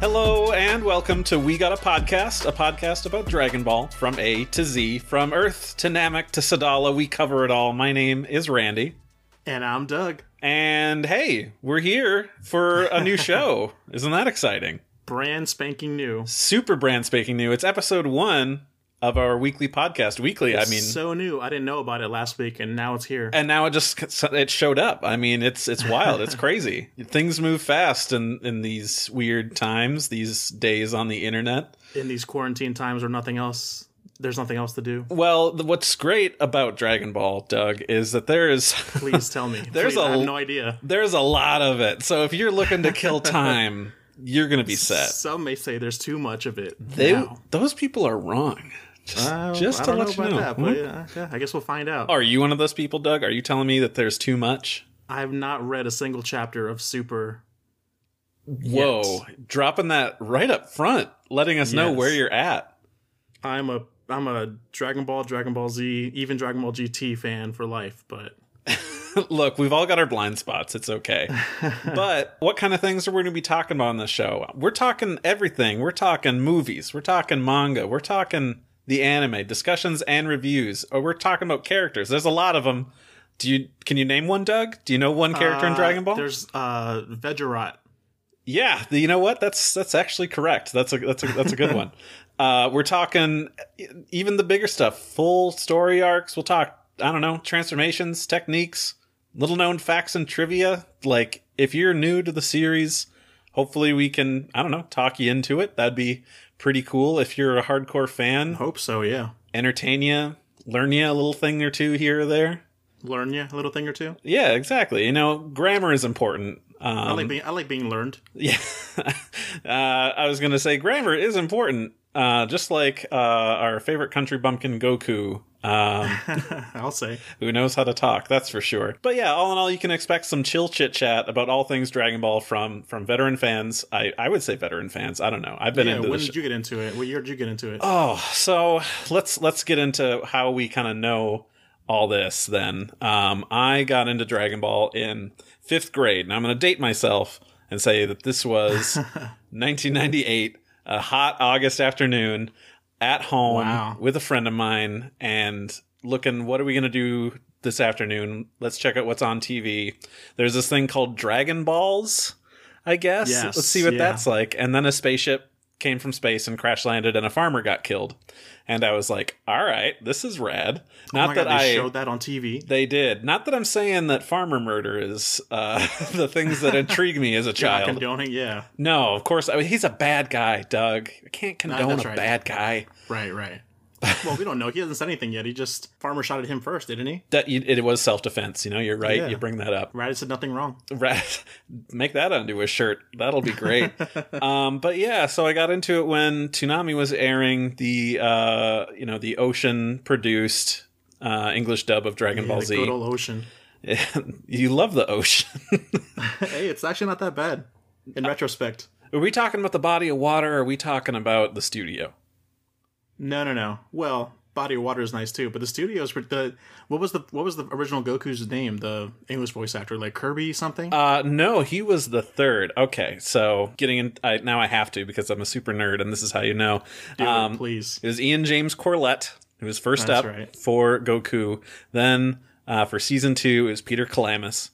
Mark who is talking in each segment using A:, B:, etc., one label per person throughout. A: Hello and welcome to We Got a Podcast, a podcast about Dragon Ball from A to Z, from Earth to Namek to Sadala. We cover it all. My name is Randy.
B: And I'm Doug.
A: And hey, we're here for a new show. Isn't that exciting?
B: Brand spanking new.
A: Super brand spanking new. It's episode one of our weekly podcast. Weekly, I mean.
B: so new. I didn't know about it last week and now it's here.
A: and now it just it showed up. I mean, it's it's wild. It's crazy. Things move fast in in these weird times, these days on the internet.
B: In these quarantine times or nothing else, there's nothing else to do.
A: Well, th- what's great about Dragon Ball, Doug, is that there is
B: Please tell me.
A: There's
B: Please, I
A: a-
B: have no idea.
A: there's a lot of it. So if you're looking to kill time, you're gonna be set.
B: Some may say there's too much of it.
A: They
B: now.
A: those people are wrong. Just,
B: I-
A: just
B: I
A: to
B: don't
A: let
B: know
A: you know.
B: about
A: Hmm?
B: That, but yeah, yeah, I guess we'll find out.
A: Are you one of those people, Doug? Are you telling me that there's too much?
B: I've not read a single chapter of Super.
A: Whoa! Dropping that right up front, letting us know
B: Yes.
A: where you're at.
B: I'm a I'm a Dragon Ball, Dragon Ball Z, even Dragon Ball GT fan for life, but
A: Look, we've all got our blind spots. It's okay. but what kind of things are we going to be talking about on this show? We're talking everything. We're talking movies. We're talking manga. We're talking the anime discussions and reviews. Or we're talking about characters. There's a lot of them. Do you can you name one, Doug? Do you know one character in
B: Uh,
A: Dragon Ball?
B: There's uh Vegerot.
A: Yeah, the- you know what? That's that's actually correct. That's a that's a that's a good one. Uh, we're talking e- even the bigger stuff, full story arcs. We'll talk. I don't know transformations, techniques, little known facts and trivia. Like if you're new to the series, hopefully we can I don't know talk you into it. That'd be pretty cool. If you're a hardcore fan,
B: Hope so, yeah.
A: entertain you, learn you a little thing or two here or there.
B: Learn you a little thing or two.
A: Yeah, exactly. You know, grammar is important.
B: I
A: Um,
B: like being I like being learned.
A: Yeah, uh, I was gonna say grammar is important, uh, just like uh, our favorite country bumpkin Goku, um,
B: I'll say.
A: who knows how to talk. That's for sure. But yeah, all in all, you can expect some chill chit chat about all things Dragon Ball from from veteran fans. I I would say veteran fans. I don't know. I've been
B: Yeah,
A: into
B: when
A: this.
B: did you get into it? What year did you get into it?
A: oh, so let's let's get into how we kind of know all this. Then um, I got into Dragon Ball in fifth grade, and I'm gonna date myself and say that this was. 1998, a hot August afternoon at home
B: Wow.
A: with a friend of mine and looking, what are we going to do this afternoon? Let's check out what's on TV. There's this thing called Dragon Balls, I guess.
B: Yes,
A: Let's see what
B: yeah.
A: that's like. And then a spaceship came from space and crash landed and a farmer got killed. And I was like, all right, this is rad.
B: Oh
A: Not
B: my
A: that
B: God, they
A: I
B: showed that on TV.
A: they did. Not that I'm saying that farmer murder is uh, the things that intrigue me as a
B: You're not
A: child.
B: condoning, yeah.
A: No, of course. I mean, he's a bad guy, Doug. I can't condone
B: that's
A: a
B: right.
A: bad guy.
B: Right, right. well, we don't know. He hasn't said anything yet. He just farmer shot at him first, didn't he?
A: That you- it was self defense. You know, you're right.
B: Yeah.
A: You bring that up.
B: Raditz said nothing wrong.
A: Right. Make that onto a shirt. That'll be great. um, but yeah, so I got into it when Toonami was airing the uh, you know the ocean produced uh, English dub of Dragon Ball
B: the good
A: Z.
B: old ocean.
A: you love the ocean.
B: hey, it's actually not that bad.
A: Uh,
B: In retrospect,
A: are we talking about the body of water? Or are we talking about the studio?
B: no, no, no. Well, Body of Water is nice too, but the studios were the what was the what was the original Goku's name? The English voice actor, like Kirby something.
A: Uh, no, he was the third. Okay, so getting in, I, now I have to because I'm a super nerd, and this is how you know.
B: Dude,
A: um,
B: please.
A: it was Ian James Corlett who was first
B: That's
A: up
B: right.
A: for Goku. Then uh, for season two, it was Peter Kalamis.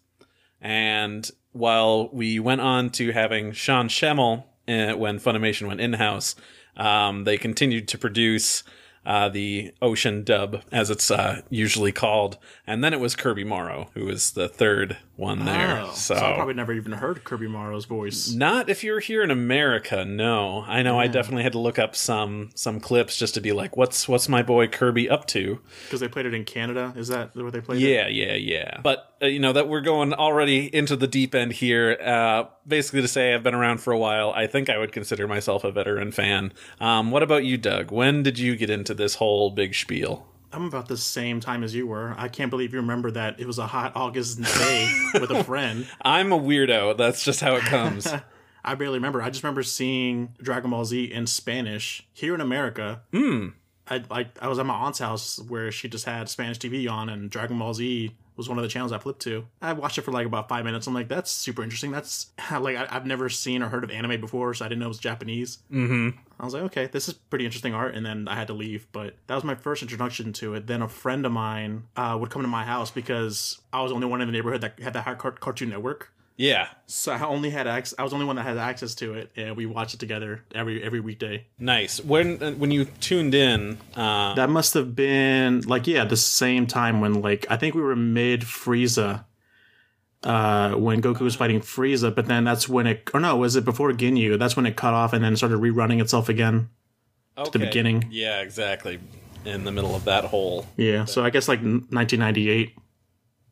A: And while we went on to having Sean Schemmel uh, when Funimation went in house, um, they continued to produce uh, the Ocean dub, as it's uh, usually called. And then it was Kirby Morrow, who was the third one there.
B: Oh, so I probably never even heard Kirby Morrow's voice.
A: Not if you're here in America, no. I know I definitely had to look up some some clips just to be like, what's what's my boy Kirby up to?
B: Because they played it in Canada. Is that where they played it?
A: Yeah, yeah, yeah. But uh, you know that we're going already into the deep end here. Uh, basically, to say I've been around for a while, I think I would consider myself a veteran fan. Um, what about you, Doug? When did you get into this whole big spiel?
B: I'm about the same time as you were. I can't believe you remember that it was a hot August day with a friend.
A: I'm a weirdo. That's just how it comes.
B: I barely remember. I just remember seeing Dragon Ball Z in Spanish here in America. I like I was at my aunt's house where she just had Spanish TV on and Dragon Ball Z was one of the channels I flipped to. I watched it for like about five minutes. I'm like, that's super interesting. That's like I, I've never seen or heard of anime before, so I didn't know it was Japanese.
A: Mm-hmm.
B: I was like, okay, this is pretty interesting art, and then I had to leave. But that was my first introduction to it. Then a friend of mine uh, would come to my house because I was the only one in the neighborhood that had the hard car- Cartoon Network.
A: Yeah.
B: So I only had access. I was the only one that had access to it, and we watched it together every every weekday.
A: Nice. When uh, when you tuned in, uh,
B: That must have been like yeah, the same time when like I think we were mid Frieza, uh, when Goku was fighting Frieza. But then that's when it or no, was it before Ginyu? That's when it cut off and then started rerunning itself again.
A: okay.
B: beginning.
A: Yeah, exactly. In the middle of that hole.
B: Yeah, so I guess like 1998.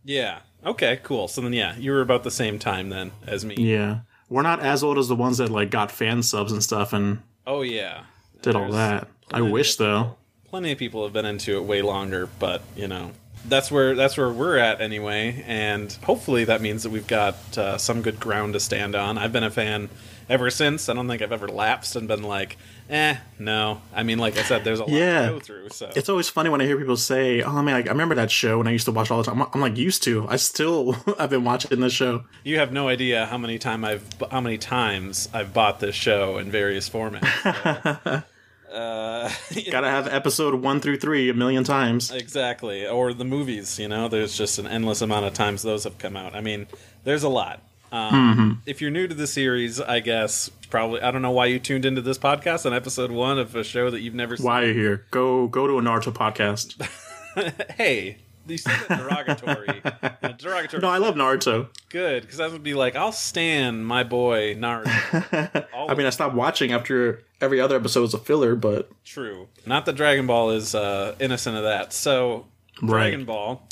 A: Yeah. Okay. Cool. So then, yeah, you were about the same time then as me.
B: Yeah, we're not as old as the ones that like got fan subs and stuff and
A: Oh yeah.
B: did all
A: There's
B: that. I wish though.
A: Plenty of people have been into it way longer, but you know. That's where that's where we're at anyway, and hopefully that means that we've got uh, some good ground to stand on. I've been a fan ever since. I don't think I've ever lapsed and been like, eh, no. I mean, like I said, there's a lot
B: Yeah.
A: to go through. So
B: It's always funny when I hear people say, "Oh man, I, I remember that show when I used to watch all the time." I'm, I'm like used to. I still I've been watching this show.
A: You have no idea how many time I've how many times I've bought this show in various formats. So. uh,
B: Gotta have episode one through three a million times.
A: exactly, or the movies. You know, there's just an endless amount of times those have come out. I mean, there's a lot.
B: Mm-hmm.
A: Um, If you're new to the series, I guess probably I don't know why you tuned into this podcast on episode one of a show that you've never seen.
B: Why are you here? Go go to a Naruto podcast.
A: hey, you said that derogatory, in a derogatory.
B: No, I love Naruto.
A: good because I would be like, I'll stand my boy Naruto.
B: I mean, I stopped watching after every other episode was a filler, but
A: True. Not that Dragon Ball is uh, innocent of that. So, Dragon Ball,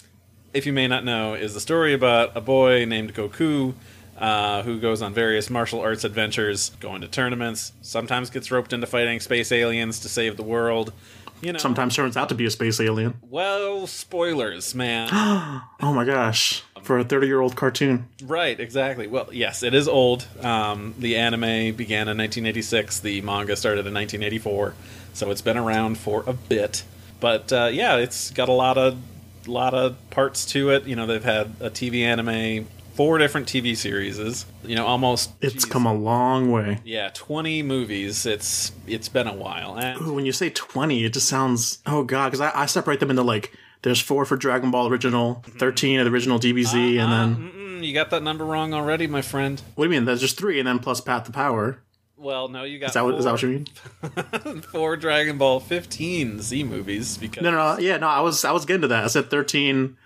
A: if you may not know, is the story about a boy named Goku uh, who goes on various martial arts adventures, going to tournaments, sometimes gets roped into fighting space aliens to save the world. You know,
B: sometimes turns out to be a space alien.
A: well, spoilers, man.
B: Oh my gosh, for a thirty-year-old cartoon.
A: right, exactly. Well, yes, it is old. Um, the anime began in 1986, the manga started in 1984, so it's been around for a bit. But uh, yeah, it's got a lot of lot of parts to it. You know, they've had a TV anime, four different TV series. You know, almost
B: It's
A: geez,
B: come a long way.
A: yeah, 20 movies. It's it's been a while. And,
B: Ooh, when you say 20 it just sounds oh god because I, I separate them into like there's four for dragon ball original 13 of the original dbz and then
A: mm, you got that number wrong already, my friend.
B: what do you mean there's just three and then plus path to power
A: Well, no, you got
B: is that, what, is that what you mean
A: four Dragon Ball 15 Z movies because
B: no, no no yeah no i was i was getting to that i said 13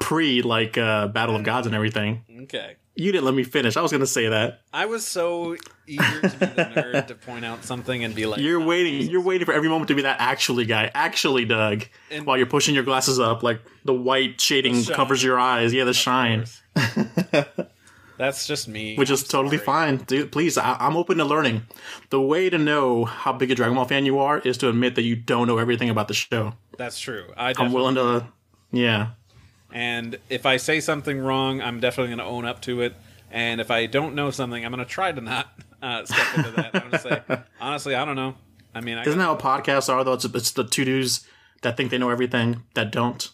B: pre like uh battle of gods and everything
A: okay.
B: you didn't let me finish i was gonna say that
A: I was so eager to be the nerd to point out something and be like,
B: you're waiting you're waiting for every moment to be that actually guy actually doug
A: And-
B: while you're pushing your glasses up like the white shading
A: shine.
B: covers your eyes yeah the shine
A: That's just me.
B: which is totally fine. Dude, please, I, I'm open to learning. The way to know how big a Dragon Ball fan you are is to admit that you don't know everything about the show.
A: That's true. I
B: I'm
A: definitely,
B: willing to, yeah.
A: and if I say something wrong, I'm definitely going to own up to it. And if I don't know something, I'm going to try to not uh, step into that. I'm going to say, honestly, I don't know. I mean, I
B: Isn't that how podcasts are though? It's, it's the two dudes that think they know everything that don't.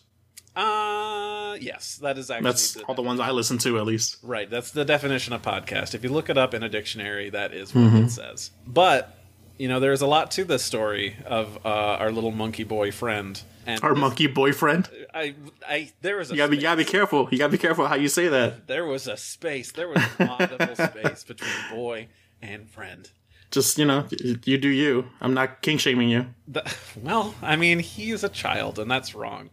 A: uh, yes, that is actually
B: That's
A: the-
B: all the ones I listen to at least.
A: Right, that's the definition of podcast. If you look it up in a dictionary, that is what
B: Mm-hmm.
A: it says. But you know, there's a lot to this story of uh, our little monkey boy friend. And
B: Our
A: this-
B: monkey boyfriend. You
A: I, I, there was a
B: gotta, be, you
A: space-
B: gotta be careful. You gotta be careful how you say that.
A: there was a space, there was an audible space between boy and friend.
B: Just you know, y- you do you. I'm not king shaming you.
A: The, well, I mean, he is a child, and that's wrong.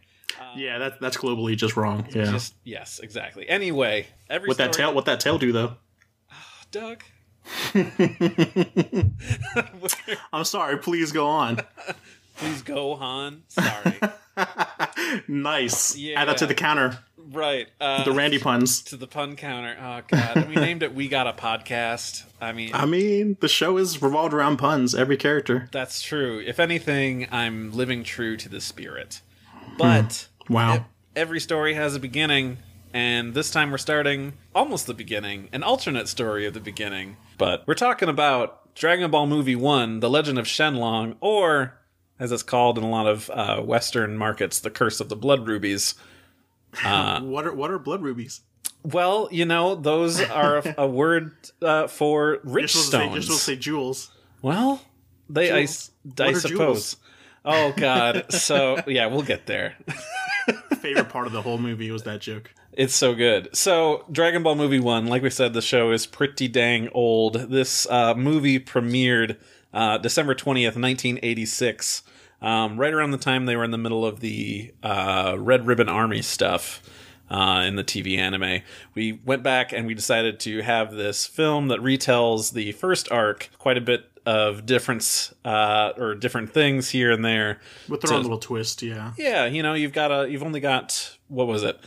B: yeah, that, that's globally Uh, just wrong. Yeah.
A: Just yes, exactly. Anyway, every
B: what that
A: story-
B: tail? What that tail do though?
A: Doug.
B: I'm sorry. Please go on.
A: Please go, Han. Sorry.
B: Nice.
A: Yeah.
B: Add that to the counter.
A: right. Uh,
B: The Randy puns.
A: to the pun counter. Oh god, we named it. We got a podcast. I mean,
B: I mean, the show is revolved around puns. Every character.
A: that's true. If anything, I'm living true to the spirit. But
B: Wow.
A: every story has a beginning, and this time we're starting almost the beginning, an alternate story of the beginning. But we're talking about Dragon Ball Movie One: The Legend of Shenlong, or as it's called in a lot of uh, Western markets, the Curse of the Blood Rubies. Uh,
B: what are what are blood rubies?
A: well, you know, those are a, a word uh, for
B: You're
A: rich
B: supposed, to say, you're
A: stones.
B: supposed to say jewels.
A: well, they, I, s-
B: Jewels.
A: I
B: What are
A: suppose. Oh God! So yeah, we'll get there.
B: Favorite part of the whole movie was that joke.
A: It's so good. So, Dragon Ball Movie 1, like we said, the show is pretty dang old. This uh, movie premiered uh, December 20th, 1986, um, right around the time they were in the middle of the uh, Red Ribbon Army stuff uh, in the TV anime. We went back and we decided to have this film that retells the first arc, quite a bit of difference uh, or different things here and there.
B: With their own little twist, yeah.
A: Yeah, you know, you've got a you've only got what was it?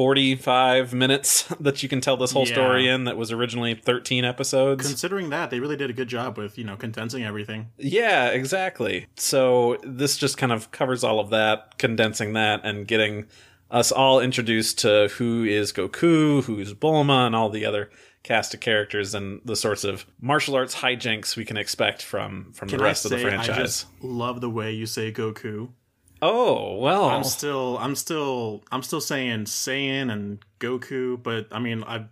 A: 45 minutes that you can tell this whole
B: Yeah.
A: story in that was originally 13 episodes.
B: Considering that, they really did a good job with, you know, condensing everything.
A: yeah, exactly. So this just kind of covers all of that, condensing that and getting us all introduced to who is Goku, who's Bulma and all the other cast of characters and the sorts of martial arts hijinks we can expect from from the
B: Can I
A: rest of the
B: say I
A: franchise.
B: just love the way you say Goku.
A: oh, well.
B: I'm still I'm still I'm still saying Saiyan and Goku, but I mean I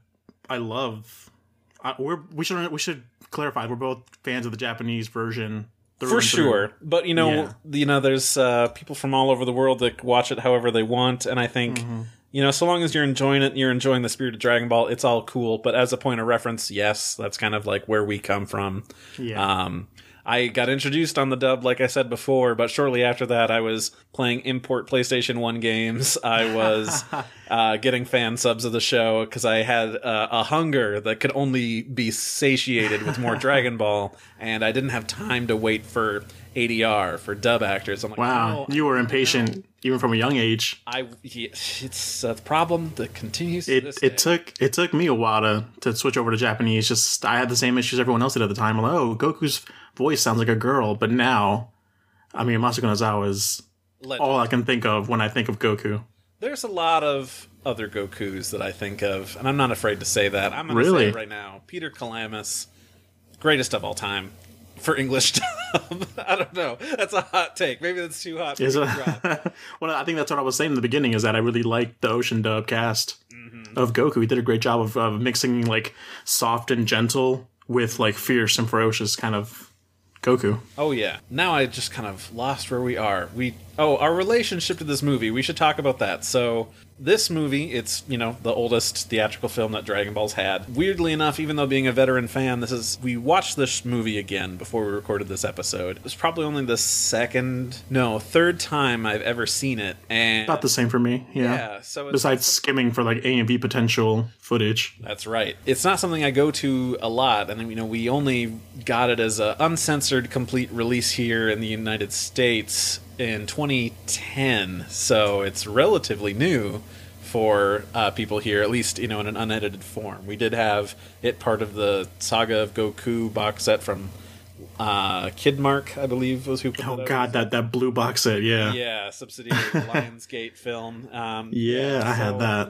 B: I love I, we're we should we should clarify we're both fans of the Japanese version through
A: for
B: and through.
A: sure but you know
B: Yeah.
A: you know there's uh, people from all over the world that watch it however they want and i think
B: Mm-hmm.
A: you know so long as you're enjoying it you're enjoying the spirit of dragon ball it's all cool but as a point of reference yes that's kind of like where we come from
B: Yeah.
A: um, I got introduced on the dub, like I said before, but shortly after that, I was playing import PlayStation 1 games. I was uh, getting fan subs of the show because I had uh, a hunger that could only be satiated with more Dragon Ball, and I didn't have time to wait for ADR for dub actors. I'm like,
B: wow,
A: "No,
B: you were impatient even from a young age.
A: I, yeah, it's a problem that continues. to
B: it
A: this day.
B: it took it took me a while to, to switch over to Japanese. Just I had the same issues everyone else did at the time. Like, oh, Goku's voice sounds like a girl, but now, I mean, Masako Nozawa is
A: Legend.
B: all I can think of when I think of Goku.
A: There's a lot of other Gokus that I think of, and I'm not afraid to say that. I'm going to
B: Really?
A: say it right now. Peter Calamus, greatest of all time for English dub. I don't know. That's a hot take. Maybe that's too hot. for
B: Is
A: me
B: it?
A: to drop.
B: well, I think that's what I was saying in the beginning. Is that I really liked the Ocean Dub cast
A: Mm-hmm.
B: of Goku. He did a great job of, of mixing like soft and gentle with like fierce and ferocious kind of Goku.
A: Oh yeah. Now I just kind of lost where we are. We oh our relationship to this movie. We should talk about that. So this movie, it's you know the oldest theatrical film that Dragon Ball's had. Weirdly enough, even though being a veteran fan, this is we watched this movie again before we recorded this episode. It was probably only the second, no, third time I've ever seen it, and
B: About the same for me.
A: yeah. So it's,
B: Besides skimming for like A and V potential footage.
A: That's right. It's not something I go to a lot, and you know we only got it as a uncensored complete release here in the United States in 2010, so it's relatively new for uh, people here, at least you know in an unedited form. We did have it part of the Saga of Goku box set from uh, Kidmark, I believe, was who. Put that
B: Oh
A: out.
B: god, that that blue box set, yeah. Yeah,
A: Yeah, subsidiary Lionsgate film. Um,
B: I
A: so-
B: had that.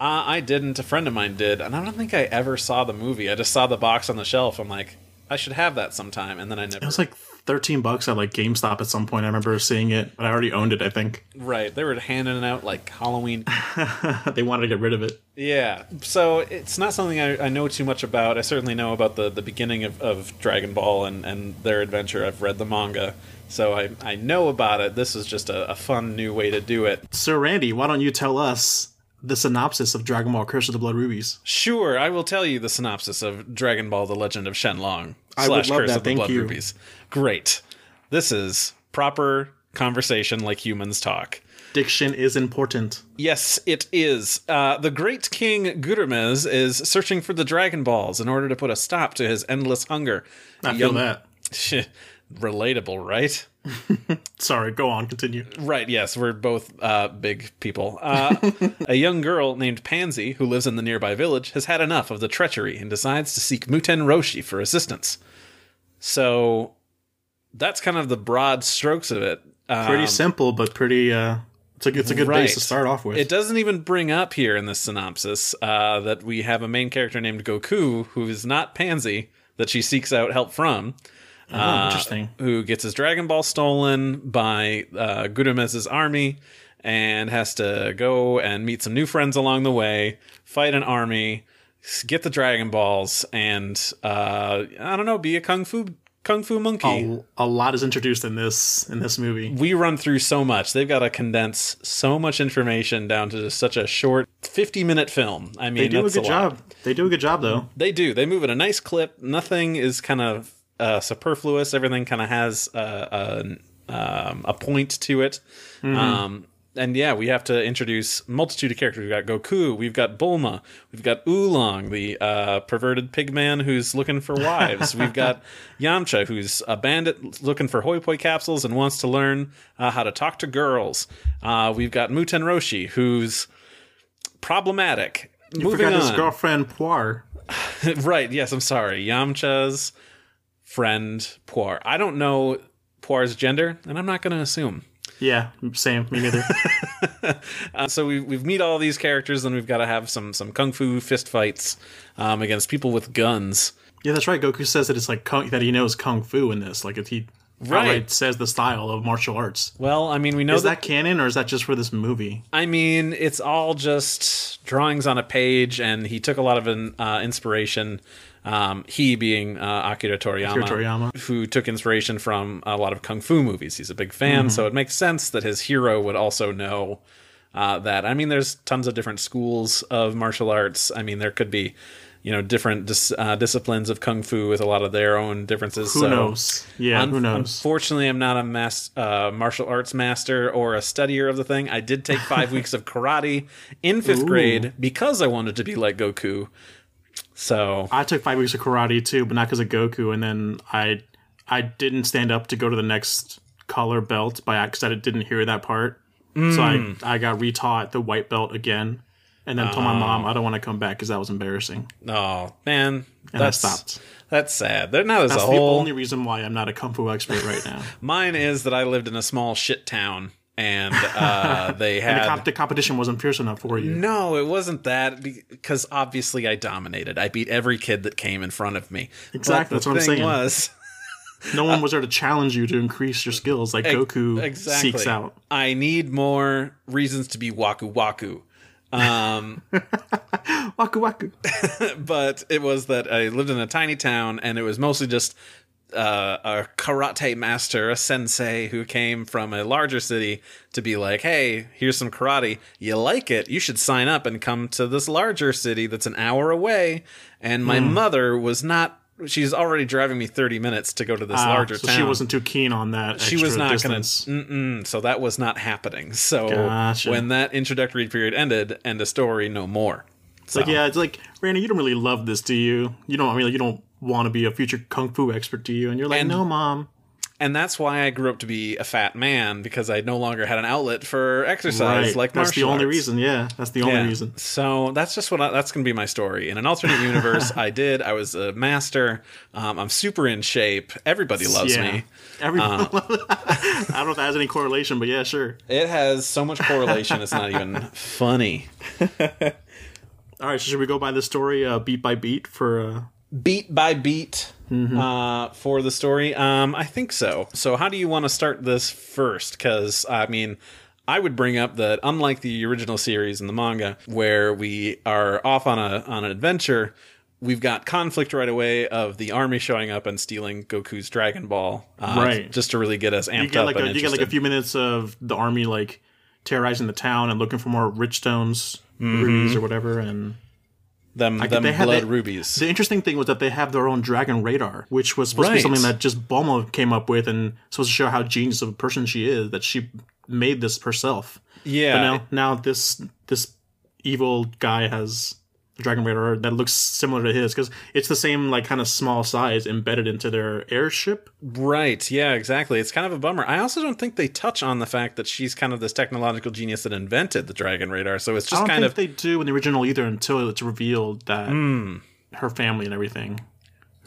A: uh, I didn't. A friend of mine did, and I don't think I ever saw the movie. I just saw the box on the shelf. I'm like, I should have that sometime, and then I never.
B: It was like 13 bucks at like GameStop at some point. I remember seeing it, but I already owned it, I think.
A: right, they were handing it out like Halloween.
B: they wanted to get rid of it.
A: yeah, so it's not something I, I know too much about. I certainly know about the the beginning of, of Dragon Ball and and their adventure. I've read the manga, so I I know about it. This is just a, a fun new way to do it.
B: Sir Randy, why don't you tell us the synopsis of Dragon Ball Curse of the Blood Rubies?
A: Sure, I will tell you the synopsis of Dragon Ball: The Legend of Shenlong
B: I
A: slash
B: would love
A: Curse
B: that,
A: of the
B: thank
A: Blood
B: you.
A: Rubies. Great. This is proper conversation like humans talk.
B: Diction is important.
A: Yes, it is. Uh, the great king Gurumez is searching for the Dragon Balls in order to put a stop to his endless hunger.
B: I feel that.
A: Relatable, right?
B: Sorry, go on, continue.
A: Right, yes, we're both uh, big people. Uh, a young girl named Pansy, who lives in the nearby village, has had enough of the treachery and decides to seek Muten Roshi for assistance. So that's kind of the broad strokes of it. Uh,
B: Pretty simple, but pretty uh it's a, it's a good base to
A: Right.
B: start off with.
A: it doesn't even bring up here in this synopsis uh, that we have a main character named Goku, who is not Pansy, that she seeks out help from.
B: oh, interesting.
A: who gets his Dragon Ball stolen by uh, Gurumez's uh, army, and has to go and meet some new friends along the way, fight an army, s- get the Dragon Balls, and uh, I don't know, be a kung fu kung fu monkey.
B: A, a lot is introduced in this in this movie.
A: We run through so much. They've got to condense so much information down to just such a short 50 minute film. I mean,
B: They do a
A: that's
B: good
A: lot.
B: job. They do a good job though.
A: They do. They move at a nice clip. Nothing is kind of uh, superfluous. Everything kind of has uh, a, um, a point to it.
B: Mm-hmm.
A: Um, and yeah, we have to introduce multitude of characters. We've got Goku. We've got Bulma. We've got Oolong, the uh, perverted pig man who's looking for wives. we've got Yamcha, who's a bandit looking for hoi poi capsules and wants to learn uh, how to talk to girls. Uh, we've got Muten Roshi, who's problematic.
B: You
A: Moving
B: forgot
A: on.
B: his girlfriend Poir.
A: Right. Yes, I'm sorry. Yamcha's friend Poir. I don't know Poir's gender, and I'm not going to assume.
B: Yeah, same. Me neither.
A: Uh, so we we meet all these characters, then we've got to have some some kung fu fist fights um, against people with guns.
B: yeah, that's right. Goku says that it's like kung, that he knows kung fu in this. Like if he
A: Right.
B: outright says the style of martial arts.
A: Well, I mean, we know
B: Is that canon or is that just for this movie?
A: I mean, it's all just drawings on a page, and he took a lot of an, uh, inspiration. Um, he being uh, Akira Toriyama,
B: Akira Toriyama.
A: who took inspiration from a lot of kung fu movies. He's a big
B: Mm-hmm.
A: fan, so it makes sense that his hero would also know uh, that. I mean, there's tons of different schools of martial arts. I mean, there could be, you know, different dis- uh, disciplines of kung fu with a lot of their own differences.
B: Who
A: so
B: knows? Yeah,
A: Un-
B: who knows?
A: Unfortunately, I'm not a mas- uh, martial arts master or a studier of the thing. I did take five weeks of karate in fifth grade because I wanted to be like Goku. So
B: I took five weeks of karate too, but not because of Goku. And then I I didn't stand up to go to the next color belt by accident. I didn't hear that part,
A: Hmm.
B: so I I got retaught the white belt again, and then told my mom I don't want to come back because that was embarrassing.
A: oh man,
B: And I
A: that's
B: stopped.
A: that's sad. There now there's a
B: That's the
A: whole.
B: only reason why I'm not a kung fu expert right now.
A: Mine is that I lived in a small shit town and uh, they had.
B: the, comp- the competition wasn't fierce enough for you.
A: no, it wasn't that because obviously I dominated. I beat every kid that came in front of me. But
B: Exactly,
A: the
B: that's what I'm
A: thing
B: saying.
A: Was,
B: No one was there to challenge you to increase your skills like Goku
A: exactly.
B: seeks out.
A: I need more reasons to be waku waku. Um,
B: Waku waku.
A: but it was that I lived in a tiny town, and it was mostly just uh, a karate master, a sensei, who came from a larger city to be like, "Hey, here's some karate. You like it? You should sign up and come to this larger city that's an hour away." And my
B: Hmm.
A: mother was not. She's already driving me 30 minutes to go to this larger
B: Ah, so
A: town.
B: she wasn't too keen on that.
A: she was not
B: going
A: going to Mm-mm, so that was not happening. So
B: Gotcha.
A: when that introductory period ended, end of story, no more.
B: It's like, yeah, it's like, Randy, you don't really love this, do you? You don't, I mean, like, you don't want to be a future kung fu expert, do you? And you're like, no, mom.
A: And that's why I grew up to be a fat man because I no longer had an outlet for exercise
B: Right.
A: like
B: that's
A: martial
B: the only
A: arts.
B: reason. Yeah, that's the only
A: Yeah.
B: reason.
A: So that's just what I, that's going to be my story. In an alternate universe, I did. I was a master. Um, I'm super in shape. Everybody loves
B: yeah.
A: me. Uh.
B: Everyone. I don't know if that has any correlation, but yeah, sure.
A: It has so much correlation. It's not even funny.
B: All right, so should we go by the story uh, beat by beat for. Uh,
A: beat by beat
B: Mm-hmm.
A: uh, for the story? Um, I think so. So, how do you want to start this first? Because, I mean, I would bring up that unlike the original series and the manga, where we are off on a on an adventure, we've got conflict right away of the army showing up and stealing Goku's Dragon Ball, uh,
B: Right.
A: Just to really get us amped
B: you get,
A: up
B: like
A: and
B: a, you get like a
A: interested.
B: few minutes of the army, like, terrorizing the town and looking for more rich stones,
A: Mm-hmm.
B: rubies, or whatever. And
A: them them
B: they had
A: blood
B: that-
A: rubies.
B: The interesting thing was that they have their own dragon radar, which was supposed to be
A: Right.
B: something that just Bulma came up with and supposed to show how genius of a person she is that she made this herself.
A: yeah,
B: But now, now this this evil guy has a dragon radar that looks similar to his because it's the same like kind of small size embedded into their airship.
A: Right. Yeah, exactly. It's kind of a bummer. I also don't think they touch on the fact that she's kind of this technological genius that invented the Dragon Radar. So it's
B: I
A: just
B: don't
A: kind
B: think
A: of
B: they do in the original either until it's revealed that
A: Hmm.
B: her family and everything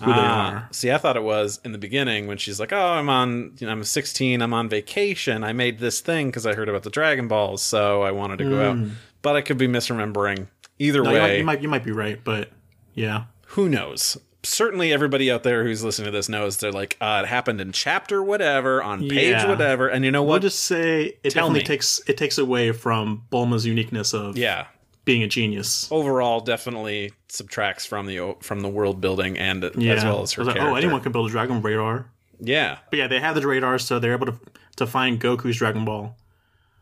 B: Ah. who they are.
A: uh, See, I thought it was in the beginning when she's like, "Oh, I'm on, you know, I'm 16, I'm on vacation. I made this thing cuz I heard about the Dragon Balls, so I wanted to go out." But I could be misremembering. Either
B: Hmm. No, you, might,
A: way,
B: you might you might be right, but yeah.
A: who knows? certainly everybody out there who's listening to this knows they're like, uh, it happened in chapter whatever, on page
B: Yeah.
A: whatever, and you know
B: We'll
A: what?
B: just say it
A: Tell
B: definitely
A: me.
B: takes it takes away from Bulma's uniqueness of
A: yeah.
B: being a genius.
A: Overall, definitely subtracts from the o- from the world building and
B: Yeah.
A: as well as her
B: I was like,
A: character.
B: oh, anyone can build a dragon radar.
A: Yeah,
B: But yeah, they have the radar, so they're able to to find Goku's Dragon Ball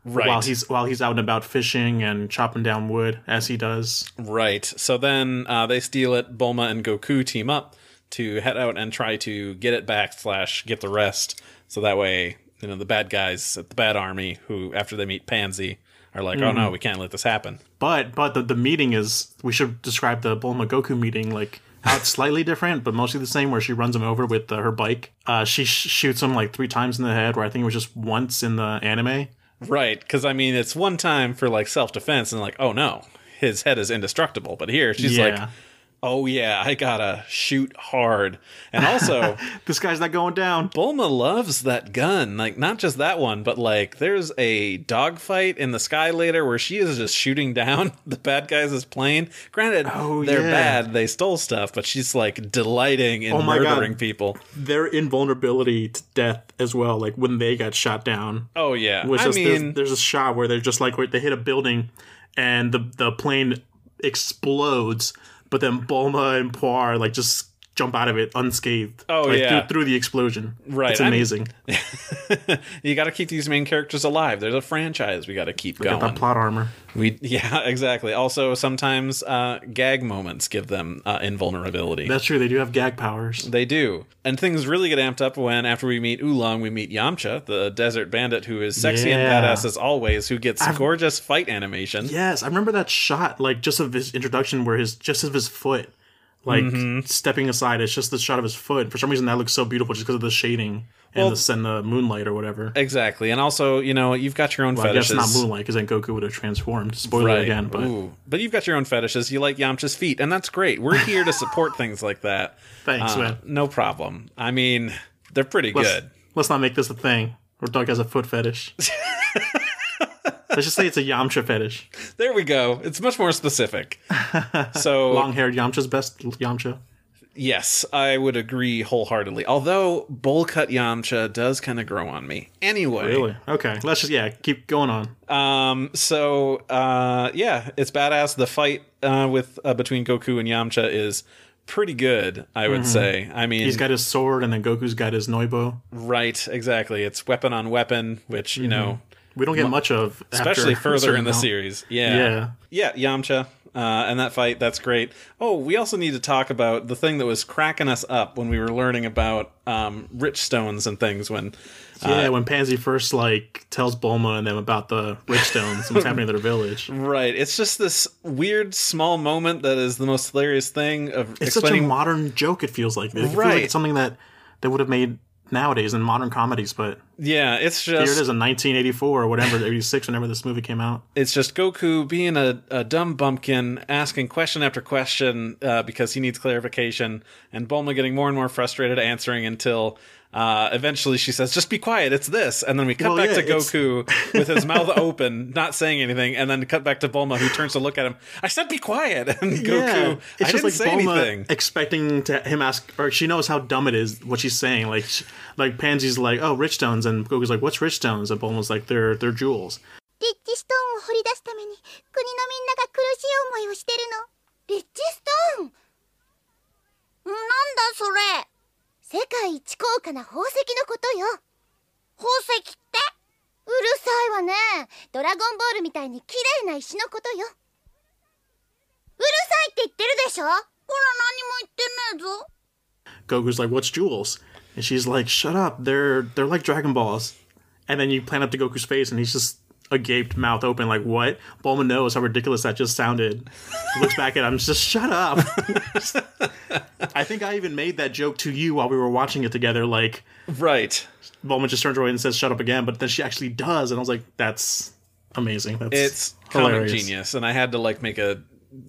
A: right.
B: while he's while he's out and about fishing and chopping down wood as he does.
A: Right. So then uh, they steal it. Bulma and Goku team up to head out and try to get it back slash get the rest. So that way, you know, the bad guys at the bad army who, after they meet Pansy, are like, oh
B: Mm-hmm.
A: no, we can't let this happen.
B: But but the, the meeting is we should describe the Bulma Goku meeting like how it's slightly different, but mostly the same. Where she runs him over with uh, her bike. Uh, she sh- shoots him like three times in the head, where I think it was just once in the anime.
A: Right. Because, I mean, it's one time for like self defense and like, oh no, his head is indestructible. But here she's like, oh yeah, I gotta shoot hard. And also,
B: this guy's not going down.
A: Bulma loves that gun. Like not just that one, but like there's a dogfight in the sky later where she is just shooting down the bad guys' plane. Granted,
B: Oh,
A: they're
B: yeah. Oh
A: bad, they stole stuff, but she's like delighting in
B: my God.
A: murdering people.
B: Their invulnerability to death as well. Like when they got shot down,
A: Oh yeah.
B: was
A: I
B: just there's-
A: mean
B: there's, a shot where they're just like where they hit a building and the the plane explodes, but then Bulma and Poir like just jump out of it unscathed.
A: Oh,
B: like,
A: yeah.
B: through, through the explosion.
A: Right,
B: it's
A: I'm-
B: amazing.
A: you gotta keep these main characters alive. There's a franchise we gotta keep
B: Got
A: going.
B: that plot armor.
A: we yeah, exactly. Also sometimes uh gag moments give them uh invulnerability.
B: That's true. They do have gag powers.
A: They do. And things really get amped up when, after we meet Oolong, we meet Yamcha, the desert bandit who is sexy
B: Yeah.
A: and badass as always, who gets gorgeous fight animation.
B: Yes, I remember that shot, like just of his introduction, where his just of his foot, like
A: Mm-hmm.
B: stepping aside. It's just the shot of his foot. For some reason, that looks so beautiful, just because of the shading and the and the moonlight or whatever.
A: Exactly. And also, you know, you've got your own
B: I guess
A: fetishes.
B: not moonlight, because then Goku would have transformed. Spoiler
A: Right.
B: again, but
A: Ooh. But you've got your own fetishes. You like Yamcha's feet, and that's great. We're here to support things like that.
B: thanks,
A: Uh,
B: man.
A: no problem. I mean, they're pretty good.
B: Let's not make this a thing. Or dog has a foot fetish. Let's just say it's a Yamcha fetish.
A: There we go. It's much more specific. So
B: Long haired Yamcha's best Yamcha.
A: Yes, I would agree wholeheartedly. Although bowl cut Yamcha does kind of grow on me. Anyway,
B: Really? Okay. Let's just yeah, keep going on.
A: um, so uh, yeah, it's badass. The fight uh, with uh, between Goku and Yamcha is pretty good. I would say. I mean,
B: Mm-hmm. He's got his sword and then Goku's got his Noibo.
A: right? Exactly. It's weapon on weapon, which you know,
B: We don't get much of Mm-hmm. after
A: especially
B: a
A: further
B: certain
A: in the
B: amount.
A: series.
B: Yeah.
A: Yeah, Yamcha. Uh, and that fight, that's great. Oh, we also need to talk about the thing that was cracking us up when we were learning about um, rich stones and things. When
B: Yeah,
A: Uh,
B: when Pansy first like tells Bulma and them about the rich stones and what's happening to their village.
A: right, it's just this weird small moment that is the most hilarious thing of
B: It's such a
A: explaining.
B: modern joke, it feels like. It feels like
A: Right.
B: it's something that they would have made nowadays in modern comedies, but
A: yeah, it's just
B: here it is in 1984 or whatever, 86, whenever this movie came out.
A: it's just Goku being a, a dumb bumpkin, asking question after question uh, because he needs clarification, and Bulma getting more and more frustrated answering until uh, eventually she says, "Just be quiet, it's this." And then we cut
B: Well,
A: back
B: yeah,
A: to
B: it's-
A: Goku with his mouth open, not saying anything, and then cut back to Bulma who turns to look at him. I said, "Be quiet," and Goku, I didn't say anything.
B: expecting to him ask, or she knows how dumb it is what she's saying. Like, sh like Pansy's like, "Oh, rich stones," and Goku's like, "What's rich stones?" And Bulma's like, "They're they're jewels."
C: リッジストーンを掘り出すために国のみんなが苦しい思いをしてるのリッジストーンなんだそれ世界一高価な宝石のことよ宝石ってうるさいわねドラゴンボールみたいに綺麗な石のことようるさいって言ってるでしょほら何も言ってねえぞ
B: Goku's like, "What's jewels?" And she's like, "Shut up! They're they're like Dragon Balls." And then you plant up to Goku's face, and he's just agape, mouth open, like, "What?" Bulma knows how ridiculous that just sounded. He looks back at him, just shut up. I think I even made that joke to you while we were watching it together. Like,
A: right.
B: Bulma just turns away and says, "Shut up again," but then she actually does, and I was like, "That's amazing. That's
A: it's comic
B: hilarious.
A: genius and i had to like make a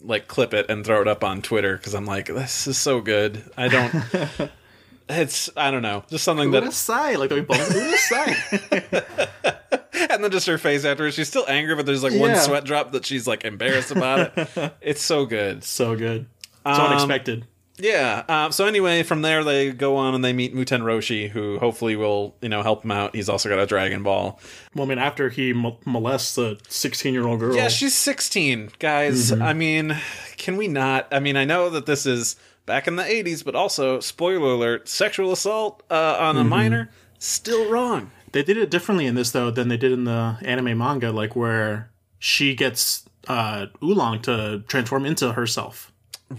A: like clip it and throw it up on twitter because i'm like this is so good i don't it's i don't know just something
B: What a
A: that
B: sigh! Like the way Bulma, what a sigh!
A: and then just her face afterwards she's still angry but there's like one
B: Yeah.
A: sweat drop that she's like embarrassed about it it's so good Um,
B: so good, so unexpected.
A: Yeah. Um, so anyway, from there they go on and they meet Muten Roshi, who hopefully will you know help him out. He's also got a Dragon Ball.
B: Well, I mean, after he mo- molests the 16 year old girl.
A: Yeah, she's 16, guys.
B: Mm-hmm.
A: I mean, can we not? I mean, I know that this is back in the 80s, but also spoiler alert: sexual assault uh, on
B: Mm-hmm.
A: a minor still wrong.
B: They did it differently in this though than they did in the anime manga, like where she gets uh, Oolong to transform into herself.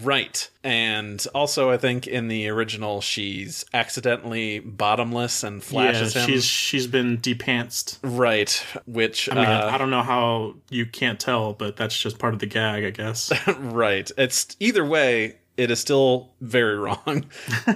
A: Right. And also, I think in the original, she's accidentally bottomless and flashes
B: yeah,
A: him.
B: she's she's been depantsed.
A: Right. Which,
B: I mean,
A: uh,
B: I don't know how you can't tell, but that's just part of the gag, I guess.
A: right. It's either way, it is still very wrong.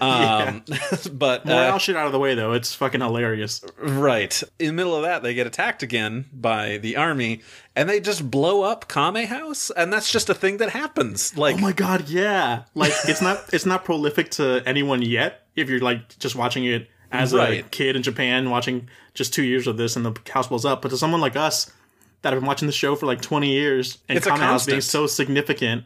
A: Um, but,
B: Well,
A: uh,
B: I'll shit out of the way though. It's fucking hilarious.
A: right. In the middle of that, they get attacked again by the army and they just blow up Kame House. And that's just a thing that happens. Like,
B: Oh my god, yeah. Like it's not it's not prolific to anyone yet. If you're like just watching it as a
A: Right.
B: kid in Japan, watching just two years of this, and the house blows up. But to someone like us that have been watching the show for like 20 years, and
A: It's a
B: Common House being
A: constant.
B: so significant,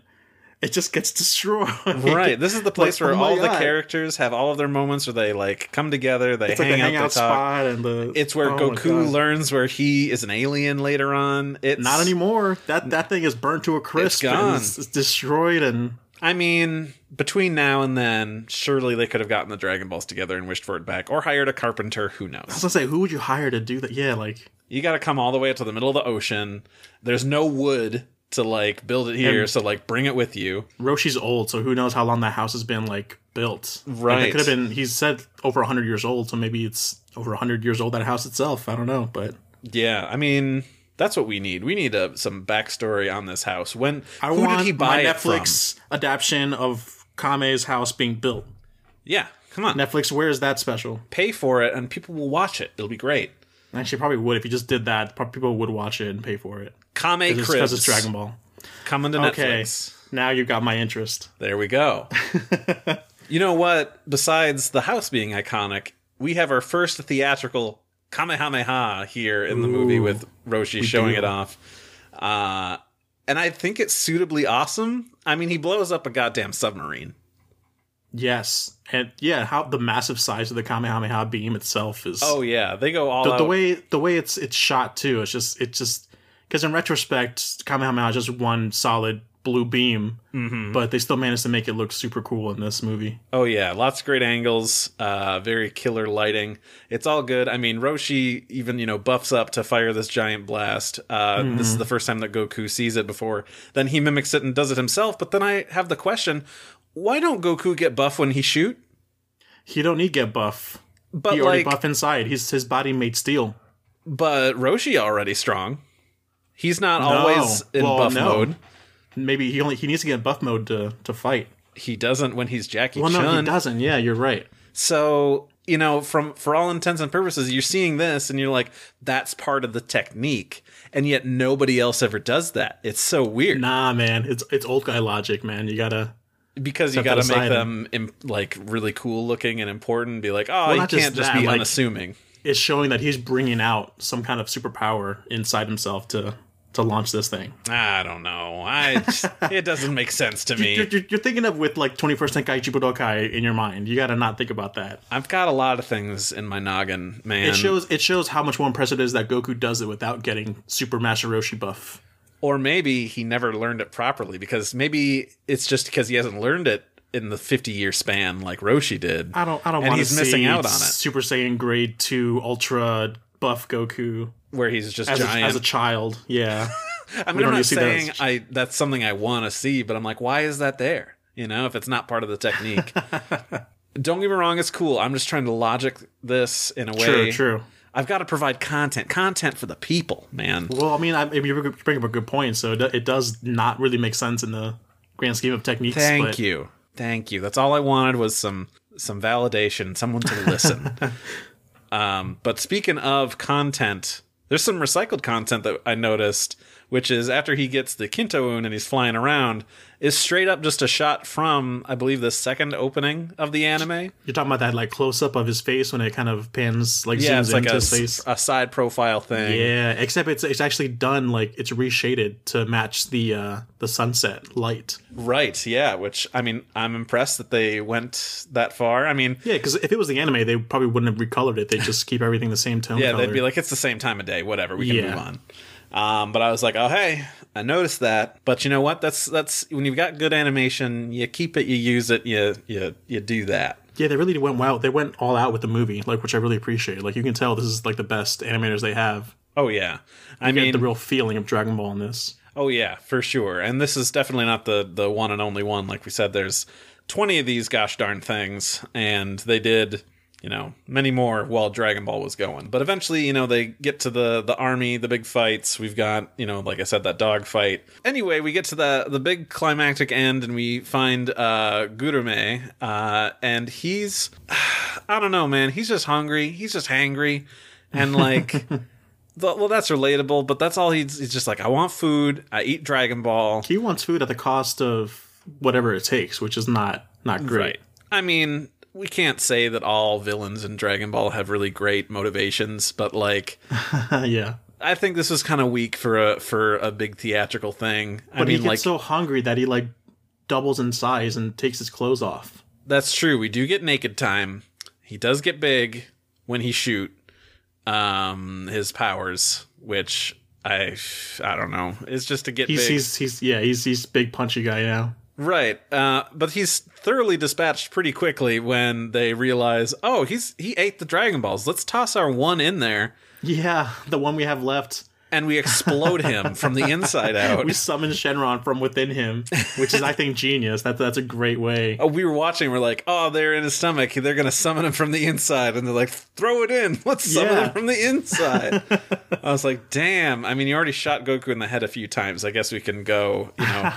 B: it just gets destroyed.
A: Right, this is the place
B: Like,
A: where
B: oh my
A: all the
B: God.
A: characters have all of their moments where they like come together, they
B: It's
A: hang
B: like the
A: out,
B: hangout
A: they talk.
B: spot and the.
A: It's where
B: oh my
A: Goku
B: God.
A: learns where he is an alien later on. It's
B: Not anymore. That that thing is burnt to a crisp. and
A: gone.
B: It's, it's destroyed and
A: I mean, between now and then, surely they could have gotten the Dragon Balls together and wished for it back, or hired a carpenter. Who
B: I was
A: knows?
B: gonna say, who would you hire to do that? Yeah, like
A: You got to come all the way up to the middle of the ocean. There's no wood to like build it here, so like bring it with you.
B: Roshi's old, so who knows how long that house has been like built. Like,
A: Right.
B: it could have been he's said over hundred years old, so maybe it's over hundred years old that house itself. I don't know, but
A: Yeah, I mean. That's what we need. We need a, some backstory on this house. When
B: I
A: who
B: want
A: did he buy
B: my
A: it from?
B: Netflix adaptation of Kame's house being built.
A: Yeah, come on.
B: Netflix, where is that special?
A: pay for it and people will watch it. It'll be great.
B: Actually, probably would if you just did that. Probably people would watch it and pay for it
A: Kame
B: because
A: Cribs
B: it's Dragon Ball.
A: coming to
B: Okay,
A: Netflix.
B: now you got my interest.
A: There we go. you know what? Besides the house being iconic, we have our first theatrical Kamehameha here in the movie with Roshi showing
B: do.
A: it off. Uh, and I think it's suitably awesome. I mean, he blows up a goddamn submarine.
B: Yes, and yeah, how the massive size of the Kamehameha beam itself is.
A: Oh yeah, they go all
B: the,
A: out.
B: the way the way it's it's shot too it's just it's just because in retrospect kamehameha is just one solid blue beam
A: Mm-hmm.
B: but they still managed to make it look super cool in this movie
A: Oh yeah, lots of great angles, uh, very killer lighting. It's all good. I mean, Roshi even you know buffs up to fire this giant blast. Uh,
B: Mm-hmm.
A: This is the first time that Goku sees it before. Then he mimics it and does it himself. But then I have the question: Why don't Goku get buff when he shoot?
B: he don't need get buff
A: But
B: he already
A: like,
B: buff inside he's his body made steel
A: but Roshi already strong. He's not always in
B: Well,
A: buff
B: no.
A: mode.
B: maybe he only he needs to get in buff mode to to fight
A: He doesn't when he's Jackie
B: well
A: Chun.
B: no he doesn't yeah you're right
A: So, you know, from for all intents and purposes, you're seeing this and you're like, that's part of the technique. And yet nobody else ever does that. It's so weird
B: nah man it's it's old guy logic man you gotta
A: because you
B: Except
A: got
B: for
A: to
B: the
A: make
B: sign.
A: them im- like really cool looking and important. Be like, oh, you
B: not
A: can't
B: just
A: just,
B: that,
A: be
B: like-
A: unassuming.
B: it's showing that he's bringing out some kind of superpower inside himself to to launch this thing
A: I don't know. I just- it doesn't make sense to
B: you're,
A: me.
B: you're, you're thinking of with like 21st Tenkaichi Budokai in your mind. You got to not think about that.
A: I've got a lot of things in my noggin, man.
B: It shows it shows how much more impressive it is that Goku does it without getting Super Master Roshi buff.
A: or maybe he never learned it properly because maybe it's just because he hasn't learned it in the 50 year span like Roshi did.
B: I don't I don't
A: And
B: want to
A: he's missing out on it.
B: Super Saiyan Grade Two Ultra buff Goku
A: where he's just
B: as, a,
A: giant.
B: as a child. Yeah,
A: I mean,
B: We
A: I'm
B: don't
A: not
B: need to see
A: saying
B: those.
A: I that's something I want to see, but I'm like, why is that there? You know, if it's not part of the technique. Don't get me wrong, it's cool. I'm just trying to logic this in a way.
B: true, true.
A: I've got to provide content, content for the people, man.
B: Well, I mean, I, you bring up a good point. So it, do- it does not really make sense in the grand scheme of techniques.
A: Thank
B: but
A: you, thank you. That's all I wanted was some some validation, someone to listen. um, but speaking of content, there's some recycled content that I noticed. which is after he gets the Kinto wound and he's flying around, is straight up just a shot from, I believe, the second opening of the anime.
B: You're talking about that like close up of his face when it kind of pans like
A: Yeah,
B: zooms
A: it's like
B: into
A: a,
B: his face.
A: s- a side profile thing.
B: Yeah, except it's it's actually done like it's reshaded to match the uh the sunset light.
A: Right, yeah, which I mean, I'm impressed that they went that far. I mean,
B: Yeah, because if it was the anime, they probably wouldn't have recolored it. They just keep everything the same tone.
A: yeah,
B: color.
A: they'd be like, it's the same time of day, whatever, we can
B: Yeah.
A: move on. Um, but I was like, oh hey, I noticed that. But you know what? That's that's when you've got good animation, you keep it, you use it, you you you do that.
B: yeah, they really went wow. They went all out with the movie, like which I really appreciate. Like you can tell this is like the best animators they have.
A: Oh yeah, I
B: You
A: mean,
B: get the real feeling of Dragon Ball in this.
A: oh yeah, for sure. And this is definitely not the the one and only one. Like we said, there's 20 of these gosh darn things, and they did you know many more while Dragon Ball was going. But eventually, you know, they get to the the army, the big fights. We've got you know, like I said, that dog fight. Anyway, we get to the the big climactic end, and we find uh Gurume, uh, and he's I don't know, man. He's just hungry. He's just hangry, and like. Th- well that's relatable but that's all he's, he's just like i want food i eat dragon ball
B: He wants food at the cost of whatever it takes, which is not not great.
A: i mean we can't say that all villains in dragon ball have really great motivations but like
B: yeah,
A: i think this was kind of weak for a for a big theatrical thing i
B: but he
A: mean
B: gets
A: like
B: so hungry that he like doubles in size and takes his clothes off.
A: that's true we do get naked time he does get big when he shoot um his powers which i i don't know it's just to get
B: He's
A: big
B: he's, he's yeah he's he's big punchy guy now.
A: Right, uh, but he's thoroughly dispatched pretty quickly when they realize, oh, he's he ate the Dragon Balls. Let's toss our one in there,
B: Yeah, the one we have left.
A: and we explode him from the inside out.
B: We summon Shenron from within him, which is I think genius. That that's a great way.
A: Oh, we were watching. We're like, oh, they're in his stomach. They're gonna summon him from the inside, and they're like, throw it in. Let's summon
B: Yeah.
A: him from the inside. I was like, damn. I mean, you already shot Goku in the head a few times. I guess we can go. You know,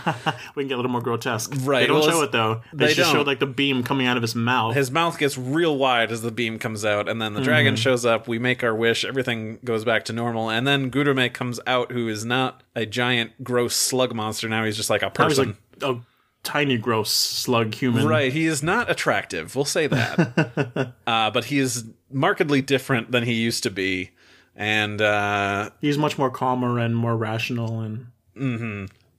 B: We can get a little more grotesque.
A: Right,
B: They don't
A: well,
B: show
A: it's-
B: it though. They,
A: they
B: just
A: don't.
B: showed like the beam coming out of his mouth.
A: his mouth gets real wide as the beam comes out, and then the dragon shows up. We make our wish, everything goes back to normal, and then Gurume comes out, who is not a giant, gross slug monster. Now he's just like a
B: I was like
A: person.
B: a tiny, gross slug human.
A: Right, he is not attractive. We'll say that, uh, but he is markedly different than he used to be, and uh,
B: He's much more calmer and more rational and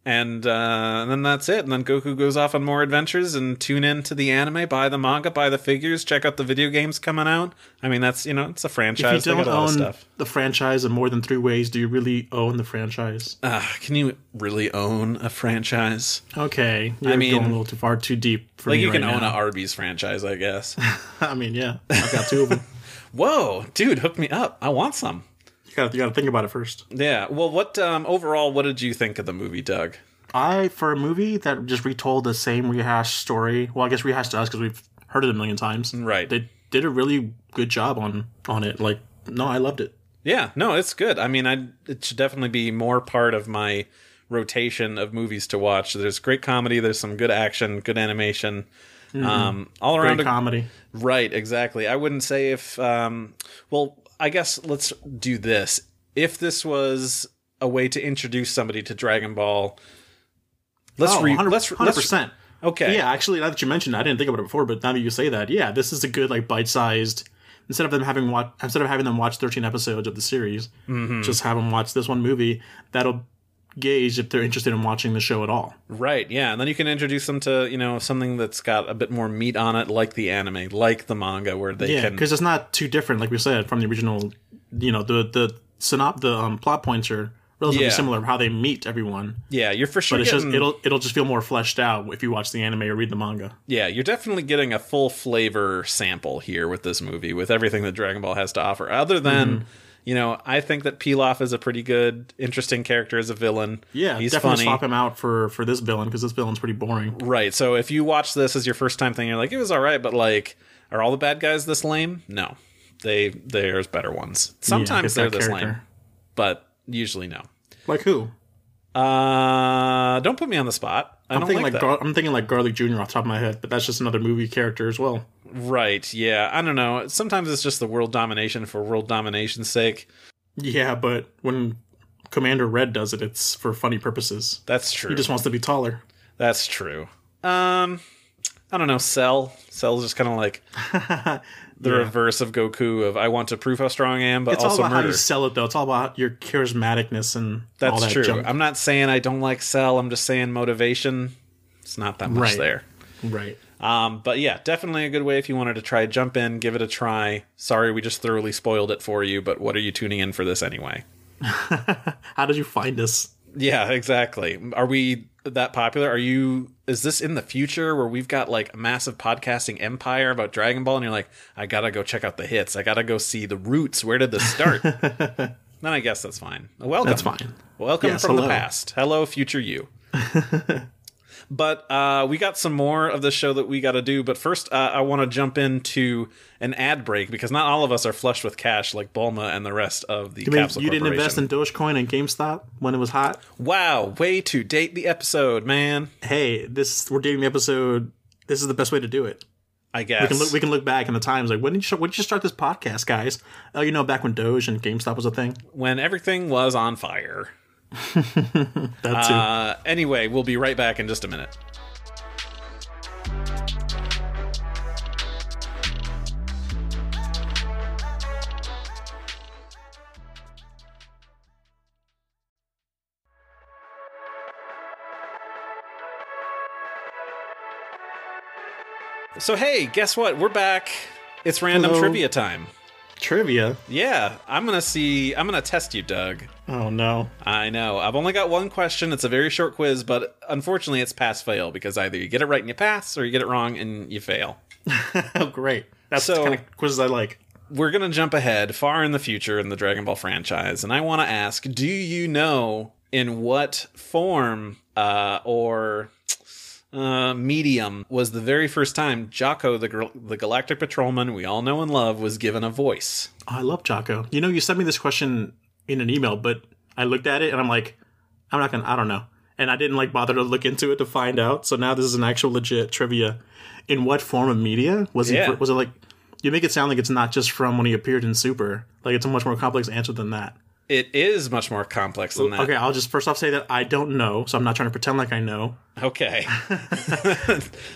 A: and uh, and then that's it. And then Goku goes off on more adventures. And tune in to the anime, buy the manga, buy the figures, check out the video games coming out. I mean, that's you know, it's a franchise.
B: if
A: They
B: you don't
A: got a lot of
B: own
A: stuff.
B: the franchise in more than three ways, do you really own the franchise?
A: Uh, can you really own a franchise?
B: Okay, you're
A: mean-
B: going a little too far, too deep for
A: Like
B: me
A: you can
B: right
A: own a
B: now.
A: Arby's franchise, I guess.
B: I mean, yeah, I've got two of them.
A: Whoa, dude, hook me up. I want some.
B: you got you got to think about it first.
A: Yeah. Well, what um overall what did you think of the movie, Doug?
B: I for a movie that just retold the same rehashed story. Well, I guess rehashed to us because we've heard it a million times.
A: Right.
B: They did a really good job on on it. Like, no, I loved it.
A: Yeah, no, it's good. I mean, I it should definitely be more part of my rotation of movies to watch. There's great comedy, there's some good action, good animation. Um all around
B: Great
A: a-
B: comedy.
A: Right, exactly. I wouldn't say if um well, I guess let's do this. If this was a way to introduce somebody to Dragon Ball, let's
B: Oh,
A: re
B: 100
A: let's let's-
B: 100%.
A: Okay.
B: Yeah, actually, now that you mentioned, it, I didn't think about it before, but now that you say that, yeah, this is a good like bite sized. Instead of them having watch, instead of having them watch thirteen episodes of the series,
A: Mm-hmm.
B: just have them watch this one movie. That'll gauge if they're interested in watching the show at all.
A: Right, yeah. And then you can introduce them to, you know, something that's got a bit more meat on it like the anime, like the manga where they
B: Yeah,
A: can
B: because it's not too different, like we said, from the original. You know, the the synop the um, plot points are relatively
A: Yeah.
B: similar of how they meet everyone,
A: Yeah, you're for sure
B: but it's just
A: getting,
B: it'll it'll just feel more fleshed out if you watch the anime or read the manga.
A: Yeah, you're definitely getting a full flavor sample here with this movie, with everything that Dragon Ball has to offer.
B: Mm-hmm.
A: Other than, you know, I think that Pilaf is a pretty good, interesting character as a villain.
B: Yeah,
A: he's
B: definitely
A: funny.
B: swap him out for for this villain because this villain's pretty boring.
A: Right. So if you watch this as your first time thing, you're like, it was all right, but like, are all the bad guys this lame? No, they there's better ones. Sometimes
B: get that
A: they're this
B: character.
A: lame, but usually no.
B: Like who?
A: Uh, don't put me on the spot. I
B: I'm
A: don't
B: thinking
A: like,
B: like,
A: that.
B: Gar- I'm thinking like Garlic Jr. off the top of my head, but that's just another movie character as well.
A: right. Yeah. I don't know. Sometimes it's just the world domination for world domination's sake.
B: Yeah, but when Commander Red does it, it's for funny purposes.
A: That's true.
B: He just wants to be taller.
A: That's true. Um, I don't know. Cell, Cell's just kind of like the reverse of Goku. Of I want to prove how strong I am, but
B: It's all
A: also
B: about how
A: murder.
B: you sell it, though. It's all about your charismaticness and all
A: That's
B: that
A: true.
B: junk.
A: I'm not saying I don't like Cell. I'm just saying motivation. It's not that much
B: Right.
A: there.
B: right.
A: Um, but yeah, definitely a good way if you wanted to try. Jump in, give it a try. Sorry, we just thoroughly spoiled it for you. But what are you tuning in for this anyway?
B: How did you find us?
A: Yeah, exactly. Are we that popular? Are you? Is this in the future where we've got like a massive podcasting empire about Dragon Ball, and you're like, I gotta go check out the hits. I gotta go see the roots. Where did this start? then I guess that's fine. Welcome.
B: That's fine.
A: Welcome
B: Yes,
A: from the
B: hello.
A: past. Hello, future you. but uh, we got some more of the show that we got to do. But first, uh, I want to jump into an ad break because not all of us are flush with cash like Bulma and the rest of the
B: I mean,
A: capsule
B: you didn't
A: Corporation.
B: invest in Dogecoin and GameStop when it was hot.
A: Wow, way to date the episode, man.
B: Hey, this we're dating the episode. This is the best way to do it.
A: I guess.
B: We can look, we can look back in the times like when did you start, when did you start this podcast, guys? Oh, you know, back when Doge and GameStop was a thing.
A: when everything was on fire.
B: That too.
A: Uh, anyway, we'll be right back in just a minute. So, hey, guess what? We're back. It's random
B: Hello.
A: trivia time.
B: Trivia.
A: Yeah, I'm gonna see. I'm gonna test you, Doug.
B: Oh no.
A: I know. I've only got one question. It's a very short quiz, but unfortunately, it's pass fail because either you get it right and you pass, or you get it wrong and you fail.
B: Oh great. That's
A: So-
B: the kind of quizzes I like.
A: We're gonna jump ahead far in the future in the Dragon Ball franchise, and I want to ask: Do you know in what form uh, or uh, medium was the very first time Jocko, the gal- the Galactic Patrolman we all know and love, was given a voice?
B: Oh, I love Jocko. You know, you sent me this question in an email, but I looked at it and I'm like, I'm not gonna. I don't know. And I didn't like bother to look into it to find out. So now this is an actual legit trivia. In what form of media was
A: Yeah.
B: he? Was it like? You make it sound like it's not just from when he appeared in Super. Like it's a much more complex answer than that.
A: It is much more complex than that.
B: Okay, I'll just first off say that I don't know, so I'm not trying to pretend like I know.
A: Okay.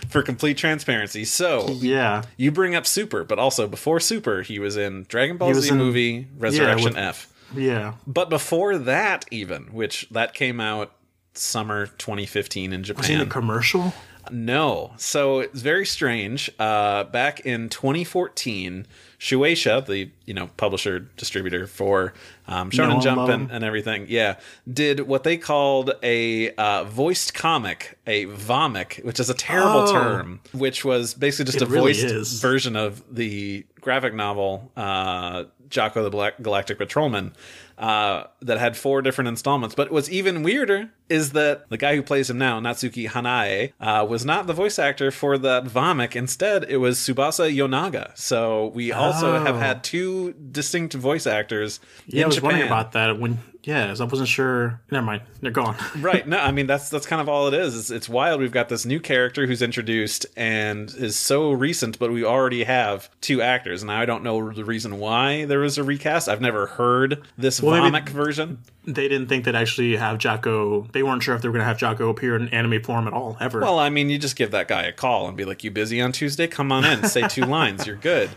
A: For complete transparency. So,
B: Yeah,
A: you bring up Super, but also before Super, he was in Dragon Ball
B: was
A: Z
B: in-
A: movie Resurrection
B: with-
A: F.
B: yeah.
A: But before that, even, which that came out summer 2015 in
B: Seen the
A: Japan.
B: commercial?
A: No. So it's very strange. Uh, back in 2014, Shueisha, the you know publisher distributor for um,
B: No,
A: Shonen
B: I
A: Jump
B: love
A: and,
B: 'em.
A: and everything, yeah, did what they called a uh, voiced comic, a vomic, which is a terrible
B: Oh.
A: term, which was basically just a
B: It really
A: voiced
B: is.
A: version of the graphic novel uh, Jocko the Black Galactic Patrolman uh, that had four different installments. But what's even weirder is that the guy who plays him now, Natsuki Hanae, uh, was not the voice actor for that Vomik. Instead, it was Tsubasa Yonaga. So we also
B: Oh.
A: have had two distinct voice actors
B: Yeah,
A: in
B: I was
A: Japan.
B: wondering about that when. Yeah, so I wasn't sure. Never mind. They're gone.
A: right no i mean that's that's kind of all it is it's, it's wild we've got this new character who's introduced and is so recent but we already have two actors and i don't know the reason why there was a recast i've never heard this
B: Well, maybe-
A: Vomic version
B: they didn't think they'd actually have Jocko. They weren't sure if they were going to have Jocko appear in anime form at all, ever.
A: well i mean you just give that guy a call and be like you busy on tuesday come on in say two lines you're good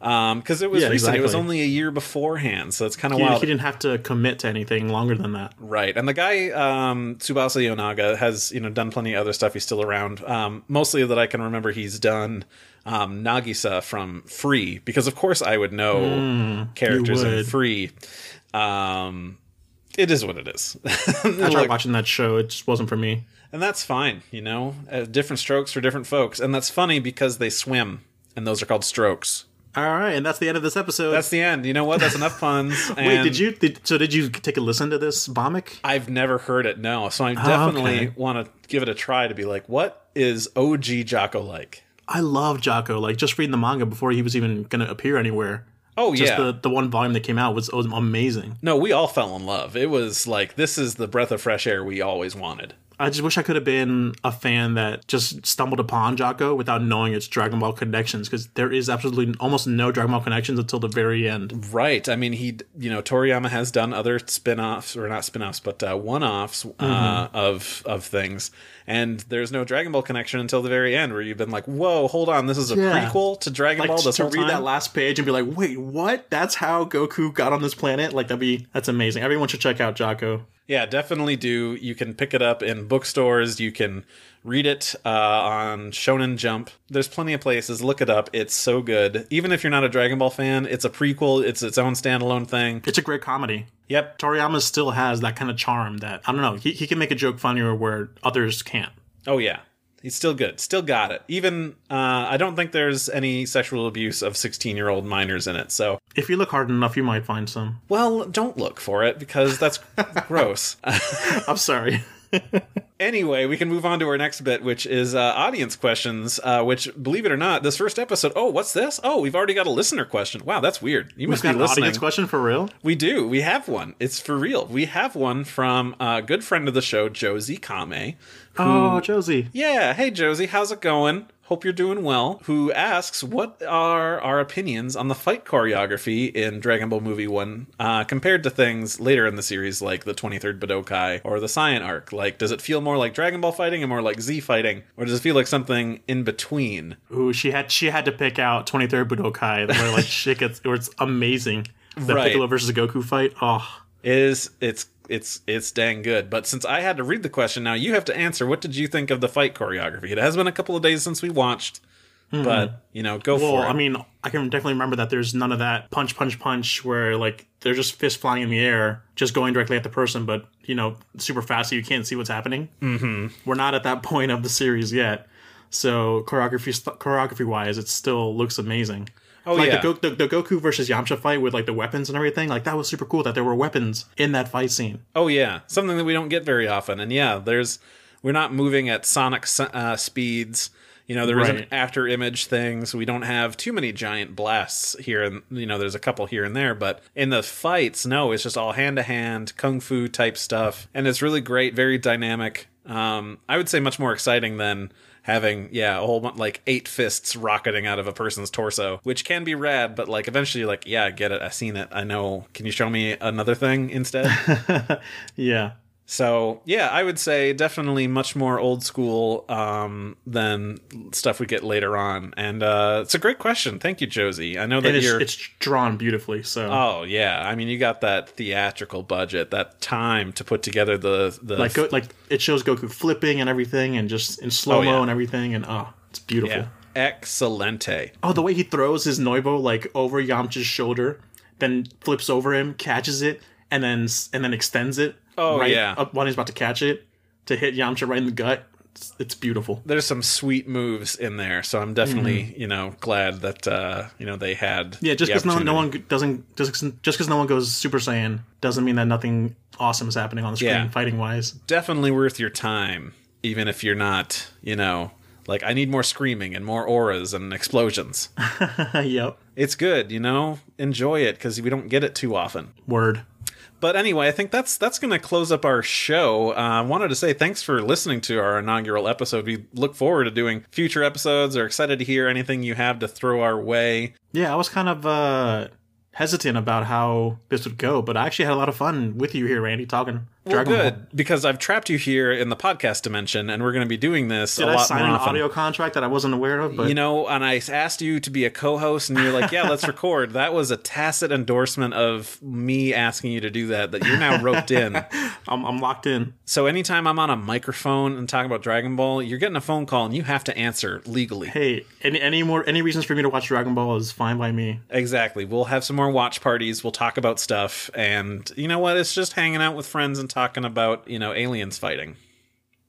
A: because it was
B: Yeah,
A: recent it was
B: exactly.
A: only a year beforehand so it's kind of
B: he,
A: wild
B: he didn't have to commit to anything longer than that.
A: Right. And the guy, um, Tsubasa Yonaga, has, you know, done plenty of other stuff. He's still around. Um, mostly that I can remember he's done um, Nagisa from Free, because of course I would know characters in
B: Hmm. would.
A: Free. Um, it is what it is.
B: I tried
A: Look,
B: watching that show; it just wasn't for me.
A: and that's fine, you know? Uh, different strokes for different folks. And that's funny because they swim, and those are called strokes.
B: All right, and that's the end of this episode.
A: That's the end. You know what? That's enough puns.
B: Wait,
A: and-
B: did you? Did, so did you take a listen to this Bomic?
A: I've never heard it, no. So I definitely
B: Ah, okay.
A: want to give it a try to be like, what is OG Jocko like?
B: I love Jocko. Like just reading the manga before he was even going to appear anywhere.
A: Oh,
B: Just
A: yeah.
B: the, the one volume that came out was, was amazing.
A: no, we all fell in love. It was like, this is the breath of fresh air we always wanted.
B: I I just wish I could have been a fan that just stumbled upon Jocko without knowing its Dragon Ball connections because there is absolutely almost no Dragon Ball connections until the very end.
A: Right. I mean, he, you know, Toriyama has done other spin-offs or not spin-offs, but uh, one-offs uh,
B: Mm-hmm.
A: of of things, and there's no Dragon Ball connection until the very end, where you've been like, "Whoa, hold on, this is a
B: Yeah.
A: prequel to Dragon
B: Like
A: Ball."
B: to
A: This whole
B: read
A: time?
B: that last page and be like, wait, what? That's how Goku got on this planet? Like that'd be that's amazing. Everyone should check out Jocko.
A: Yeah, definitely do. You can pick it up in bookstores. You can read it uh, on Shonen Jump. There's plenty of places. Look it up. It's so good. Even if you're not a Dragon Ball fan, it's a prequel. It's its own standalone thing.
B: It's a great comedy.
A: Yep.
B: Toriyama still has that kind of charm that I don't know. He, he can make a joke funnier where others can't.
A: Oh yeah. He's still good. Still got it. Even uh, I don't think there's any sexual abuse of 16 year old minors in it. So
B: If you look hard enough, you might find some.
A: well, don't look for it because that's gross.
B: I'm sorry.
A: anyway, we can move on to our next bit, which is uh, audience questions. Uh, which, believe it or not, this first episode. Oh, what's this? Oh, we've already got a listener question. Wow, that's weird. You
B: We've
A: must be
B: got an
A: listening.
B: audience question for real.
A: we do. We have one. It's for real. We have one from a good friend of the show, Josie Kame.
B: Oh, Josie.
A: Yeah. Hey, Josie, how's it going? Hope you're doing well. Who asks, what are our opinions on the fight choreography in Dragon Ball Movie 1 uh, compared to things later in the series like the 23rd Budokai or the Saiyan arc? Like, does it feel more like Dragon Ball fighting and more like Z fighting? Or does it feel like something in between?
B: Ooh, she had she had to pick out 23rd Budokai where like shit gets where it's amazing. The
A: Right.
B: Piccolo versus Goku fight. Oh,
A: It is it's it's it's dang good. But since I had to read the question, now you have to answer. What did you think of the fight choreography? It has been a couple of days since we watched, but you know, go
B: Hmm. well,
A: for it.
B: I mean, I can definitely remember that there's none of that punch, punch, punch where like they're just fist flying in the air, just going directly at the person, but you know, super fast so you can't see what's happening. Mm-hmm. We're not at that point of the series yet. So choreography, choreography wise, it still looks amazing.
A: Oh,
B: like
A: yeah.
B: the, Go- the, the Goku versus Yamcha fight with like the weapons and everything, like that was super cool that there were weapons in that fight scene.
A: Oh yeah, something that we don't get very often. And yeah, there's we're not moving at sonic s- uh, speeds. You know, there
B: Right.
A: not after image things. We don't have too many giant blasts here, and you know, there's a couple here and there. But in the fights, no, it's just all hand to hand kung fu type stuff, and it's really great, very dynamic. Um, I would say much more exciting than having yeah a whole bunch like eight fists rocketing out of a person's torso which can be rad but like eventually you're like yeah i get it i've seen it i know can you show me another thing instead
B: Yeah.
A: so yeah, I would say definitely much more old school um, than stuff we get later on. And uh, it's a great question. Thank you, Josie. I know that
B: It is,
A: you're.
B: it's drawn beautifully. So
A: oh yeah, I mean you got that theatrical budget, that time to put together the the
B: like go, like it shows Goku flipping and everything, and just in slow mo
A: Oh, yeah.
B: and everything, and oh, it's beautiful.
A: yeah, excelente.
B: Oh, the way he throws his Noibo like over Yamcha's shoulder, then flips over him, catches it, and then and then extends it.
A: Oh,
B: right
A: yeah.
B: up when he's about to catch it to hit Yamcha right in the gut. It's, it's beautiful.
A: There's some sweet moves in there, so I'm definitely you know glad that uh, you know they had
B: Mm-hmm. Yeah, just
A: the
B: because no, no
A: opportunity.
B: one doesn't just 'cause- just because no one goes Super Saiyan doesn't mean that nothing awesome is happening on the screen
A: Yeah.
B: fighting wise.
A: definitely worth your time, even if you're not, you know, like I need more screaming and more auras and explosions.
B: yep.
A: it's good, you know, enjoy it because we don't get it too often.
B: Word.
A: But anyway, I think that's that's going to close up our show. Uh, I wanted to say thanks for listening to our inaugural episode. We look forward to doing future episodes. Are excited to hear anything you have to throw our way.
B: Yeah, I was kind of uh, hesitant about how this would go, but I actually had a lot of fun with you here, Randy, talking
A: Well,
B: Dragon
A: good
B: Ball.
A: because I've trapped you here in the podcast dimension, and we're going to be doing this
B: Did
A: a
B: I
A: lot
B: sign
A: more
B: an
A: often.
B: audio contract that I wasn't aware of? But
A: you know, and I asked you to be a co-host, and you're like, "Yeah, let's record." That was a tacit endorsement of me asking you to do that. That you're now roped in.
B: I'm, I'm locked in.
A: So anytime I'm on a microphone and talking about Dragon Ball, you're getting a phone call, and you have to answer legally.
B: Hey, any any more any reasons for me to watch Dragon Ball is fine by me.
A: Exactly. We'll have some more watch parties. We'll talk about stuff, and you know what? It's just hanging out with friends and talking about you know aliens fighting.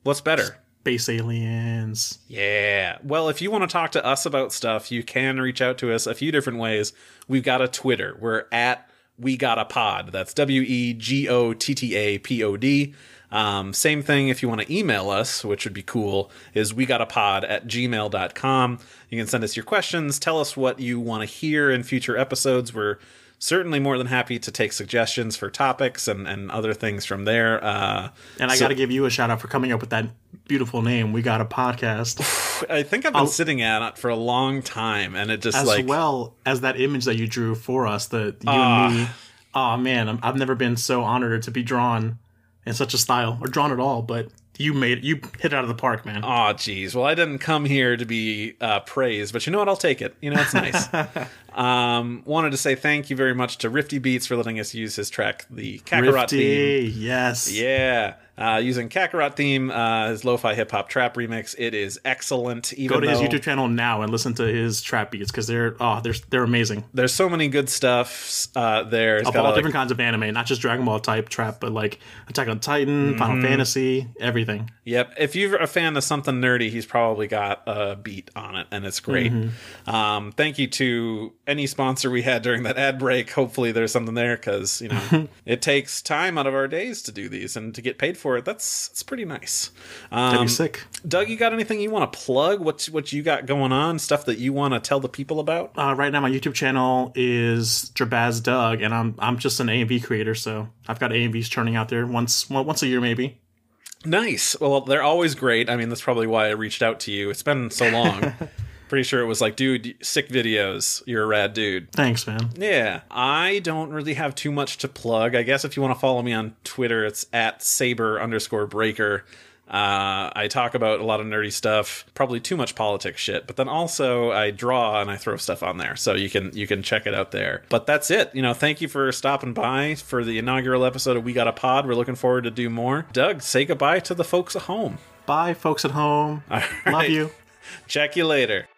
A: What's better?
B: Space aliens.
A: Yeah. Well, if you want to talk to us about stuff, you can reach out to us a few different ways. We've got a Twitter. We're at We Got a Pod. That's W E G O T T A P O D. Um, same thing if you want to email us, which would be cool, is we got a pod at gmail.com. You can send us your questions, tell us what you want to hear in future episodes. We're certainly more than happy to take suggestions for topics and, and other things from there. Uh,
B: And I
A: so-
B: got to give you a shout out for coming up with that beautiful name. We got a podcast,
A: I think I've been sitting at it for a long time, and it just
B: as
A: like
B: well as that image that you drew for us. That you
A: Ah.
B: and me. Oh man, I'm, I've never been so honored to be drawn in such a style or drawn at all. But you made you hit it out of the park, man.
A: Oh, geez. Well, I didn't come here to be uh, praised, but you know what? I'll take it. You know, it's nice. um, wanted to say thank you very much to Rifty Beats for letting us use his track, the Kakarot theme.
B: Rifty, yes,
A: Yeah. Uh, using Kakarot theme, uh, his lo-fi hip-hop trap remix. It is excellent. Even
B: Go to his
A: though
B: YouTube channel now and listen to his trap beats because they're oh they're they're amazing.
A: There's so many good stuff uh, there. It's
B: Of
A: got,
B: all
A: like,
B: different kinds of anime, not just Dragon Ball type trap, but like Attack on Titan, Final Fantasy, everything.
A: Yep. If you're a fan of something nerdy, he's probably got a beat on it, and it's great. Um, thank you to any sponsor we had during that ad break. Hopefully, there's something there because you know it takes time out of our days to do these and to get paid for it. That's it's pretty nice.
B: That'd
A: Um,
B: be sick.
A: Doug, you got anything you want to plug? What's what you got going on? Stuff that you want to tell the people about?
B: Uh, right now, my YouTube channel is Jabaz Doug, and I'm I'm just an AMV creator, so I've got AMVs churning out there once well, once a year maybe.
A: Nice. Well, they're always great. I mean, that's probably why I reached out to you. It's been so long. Pretty sure it was like, dude, sick videos. You're a rad dude.
B: Thanks, man.
A: Yeah, I don't really have too much to plug. I guess if you want to follow me on Twitter, it's at saber underscore breaker. Uh, I talk about a lot of nerdy stuff, probably too much politics shit, but then also I draw and I throw stuff on there, so you can you can check it out there. But that's it. You know, thank you for stopping by for the inaugural episode of We Got a Pod. We're looking forward to do more. Doug, say goodbye to the folks at home.
B: Bye, folks at home.
A: All
B: Love
A: right.
B: you.
A: Check you later.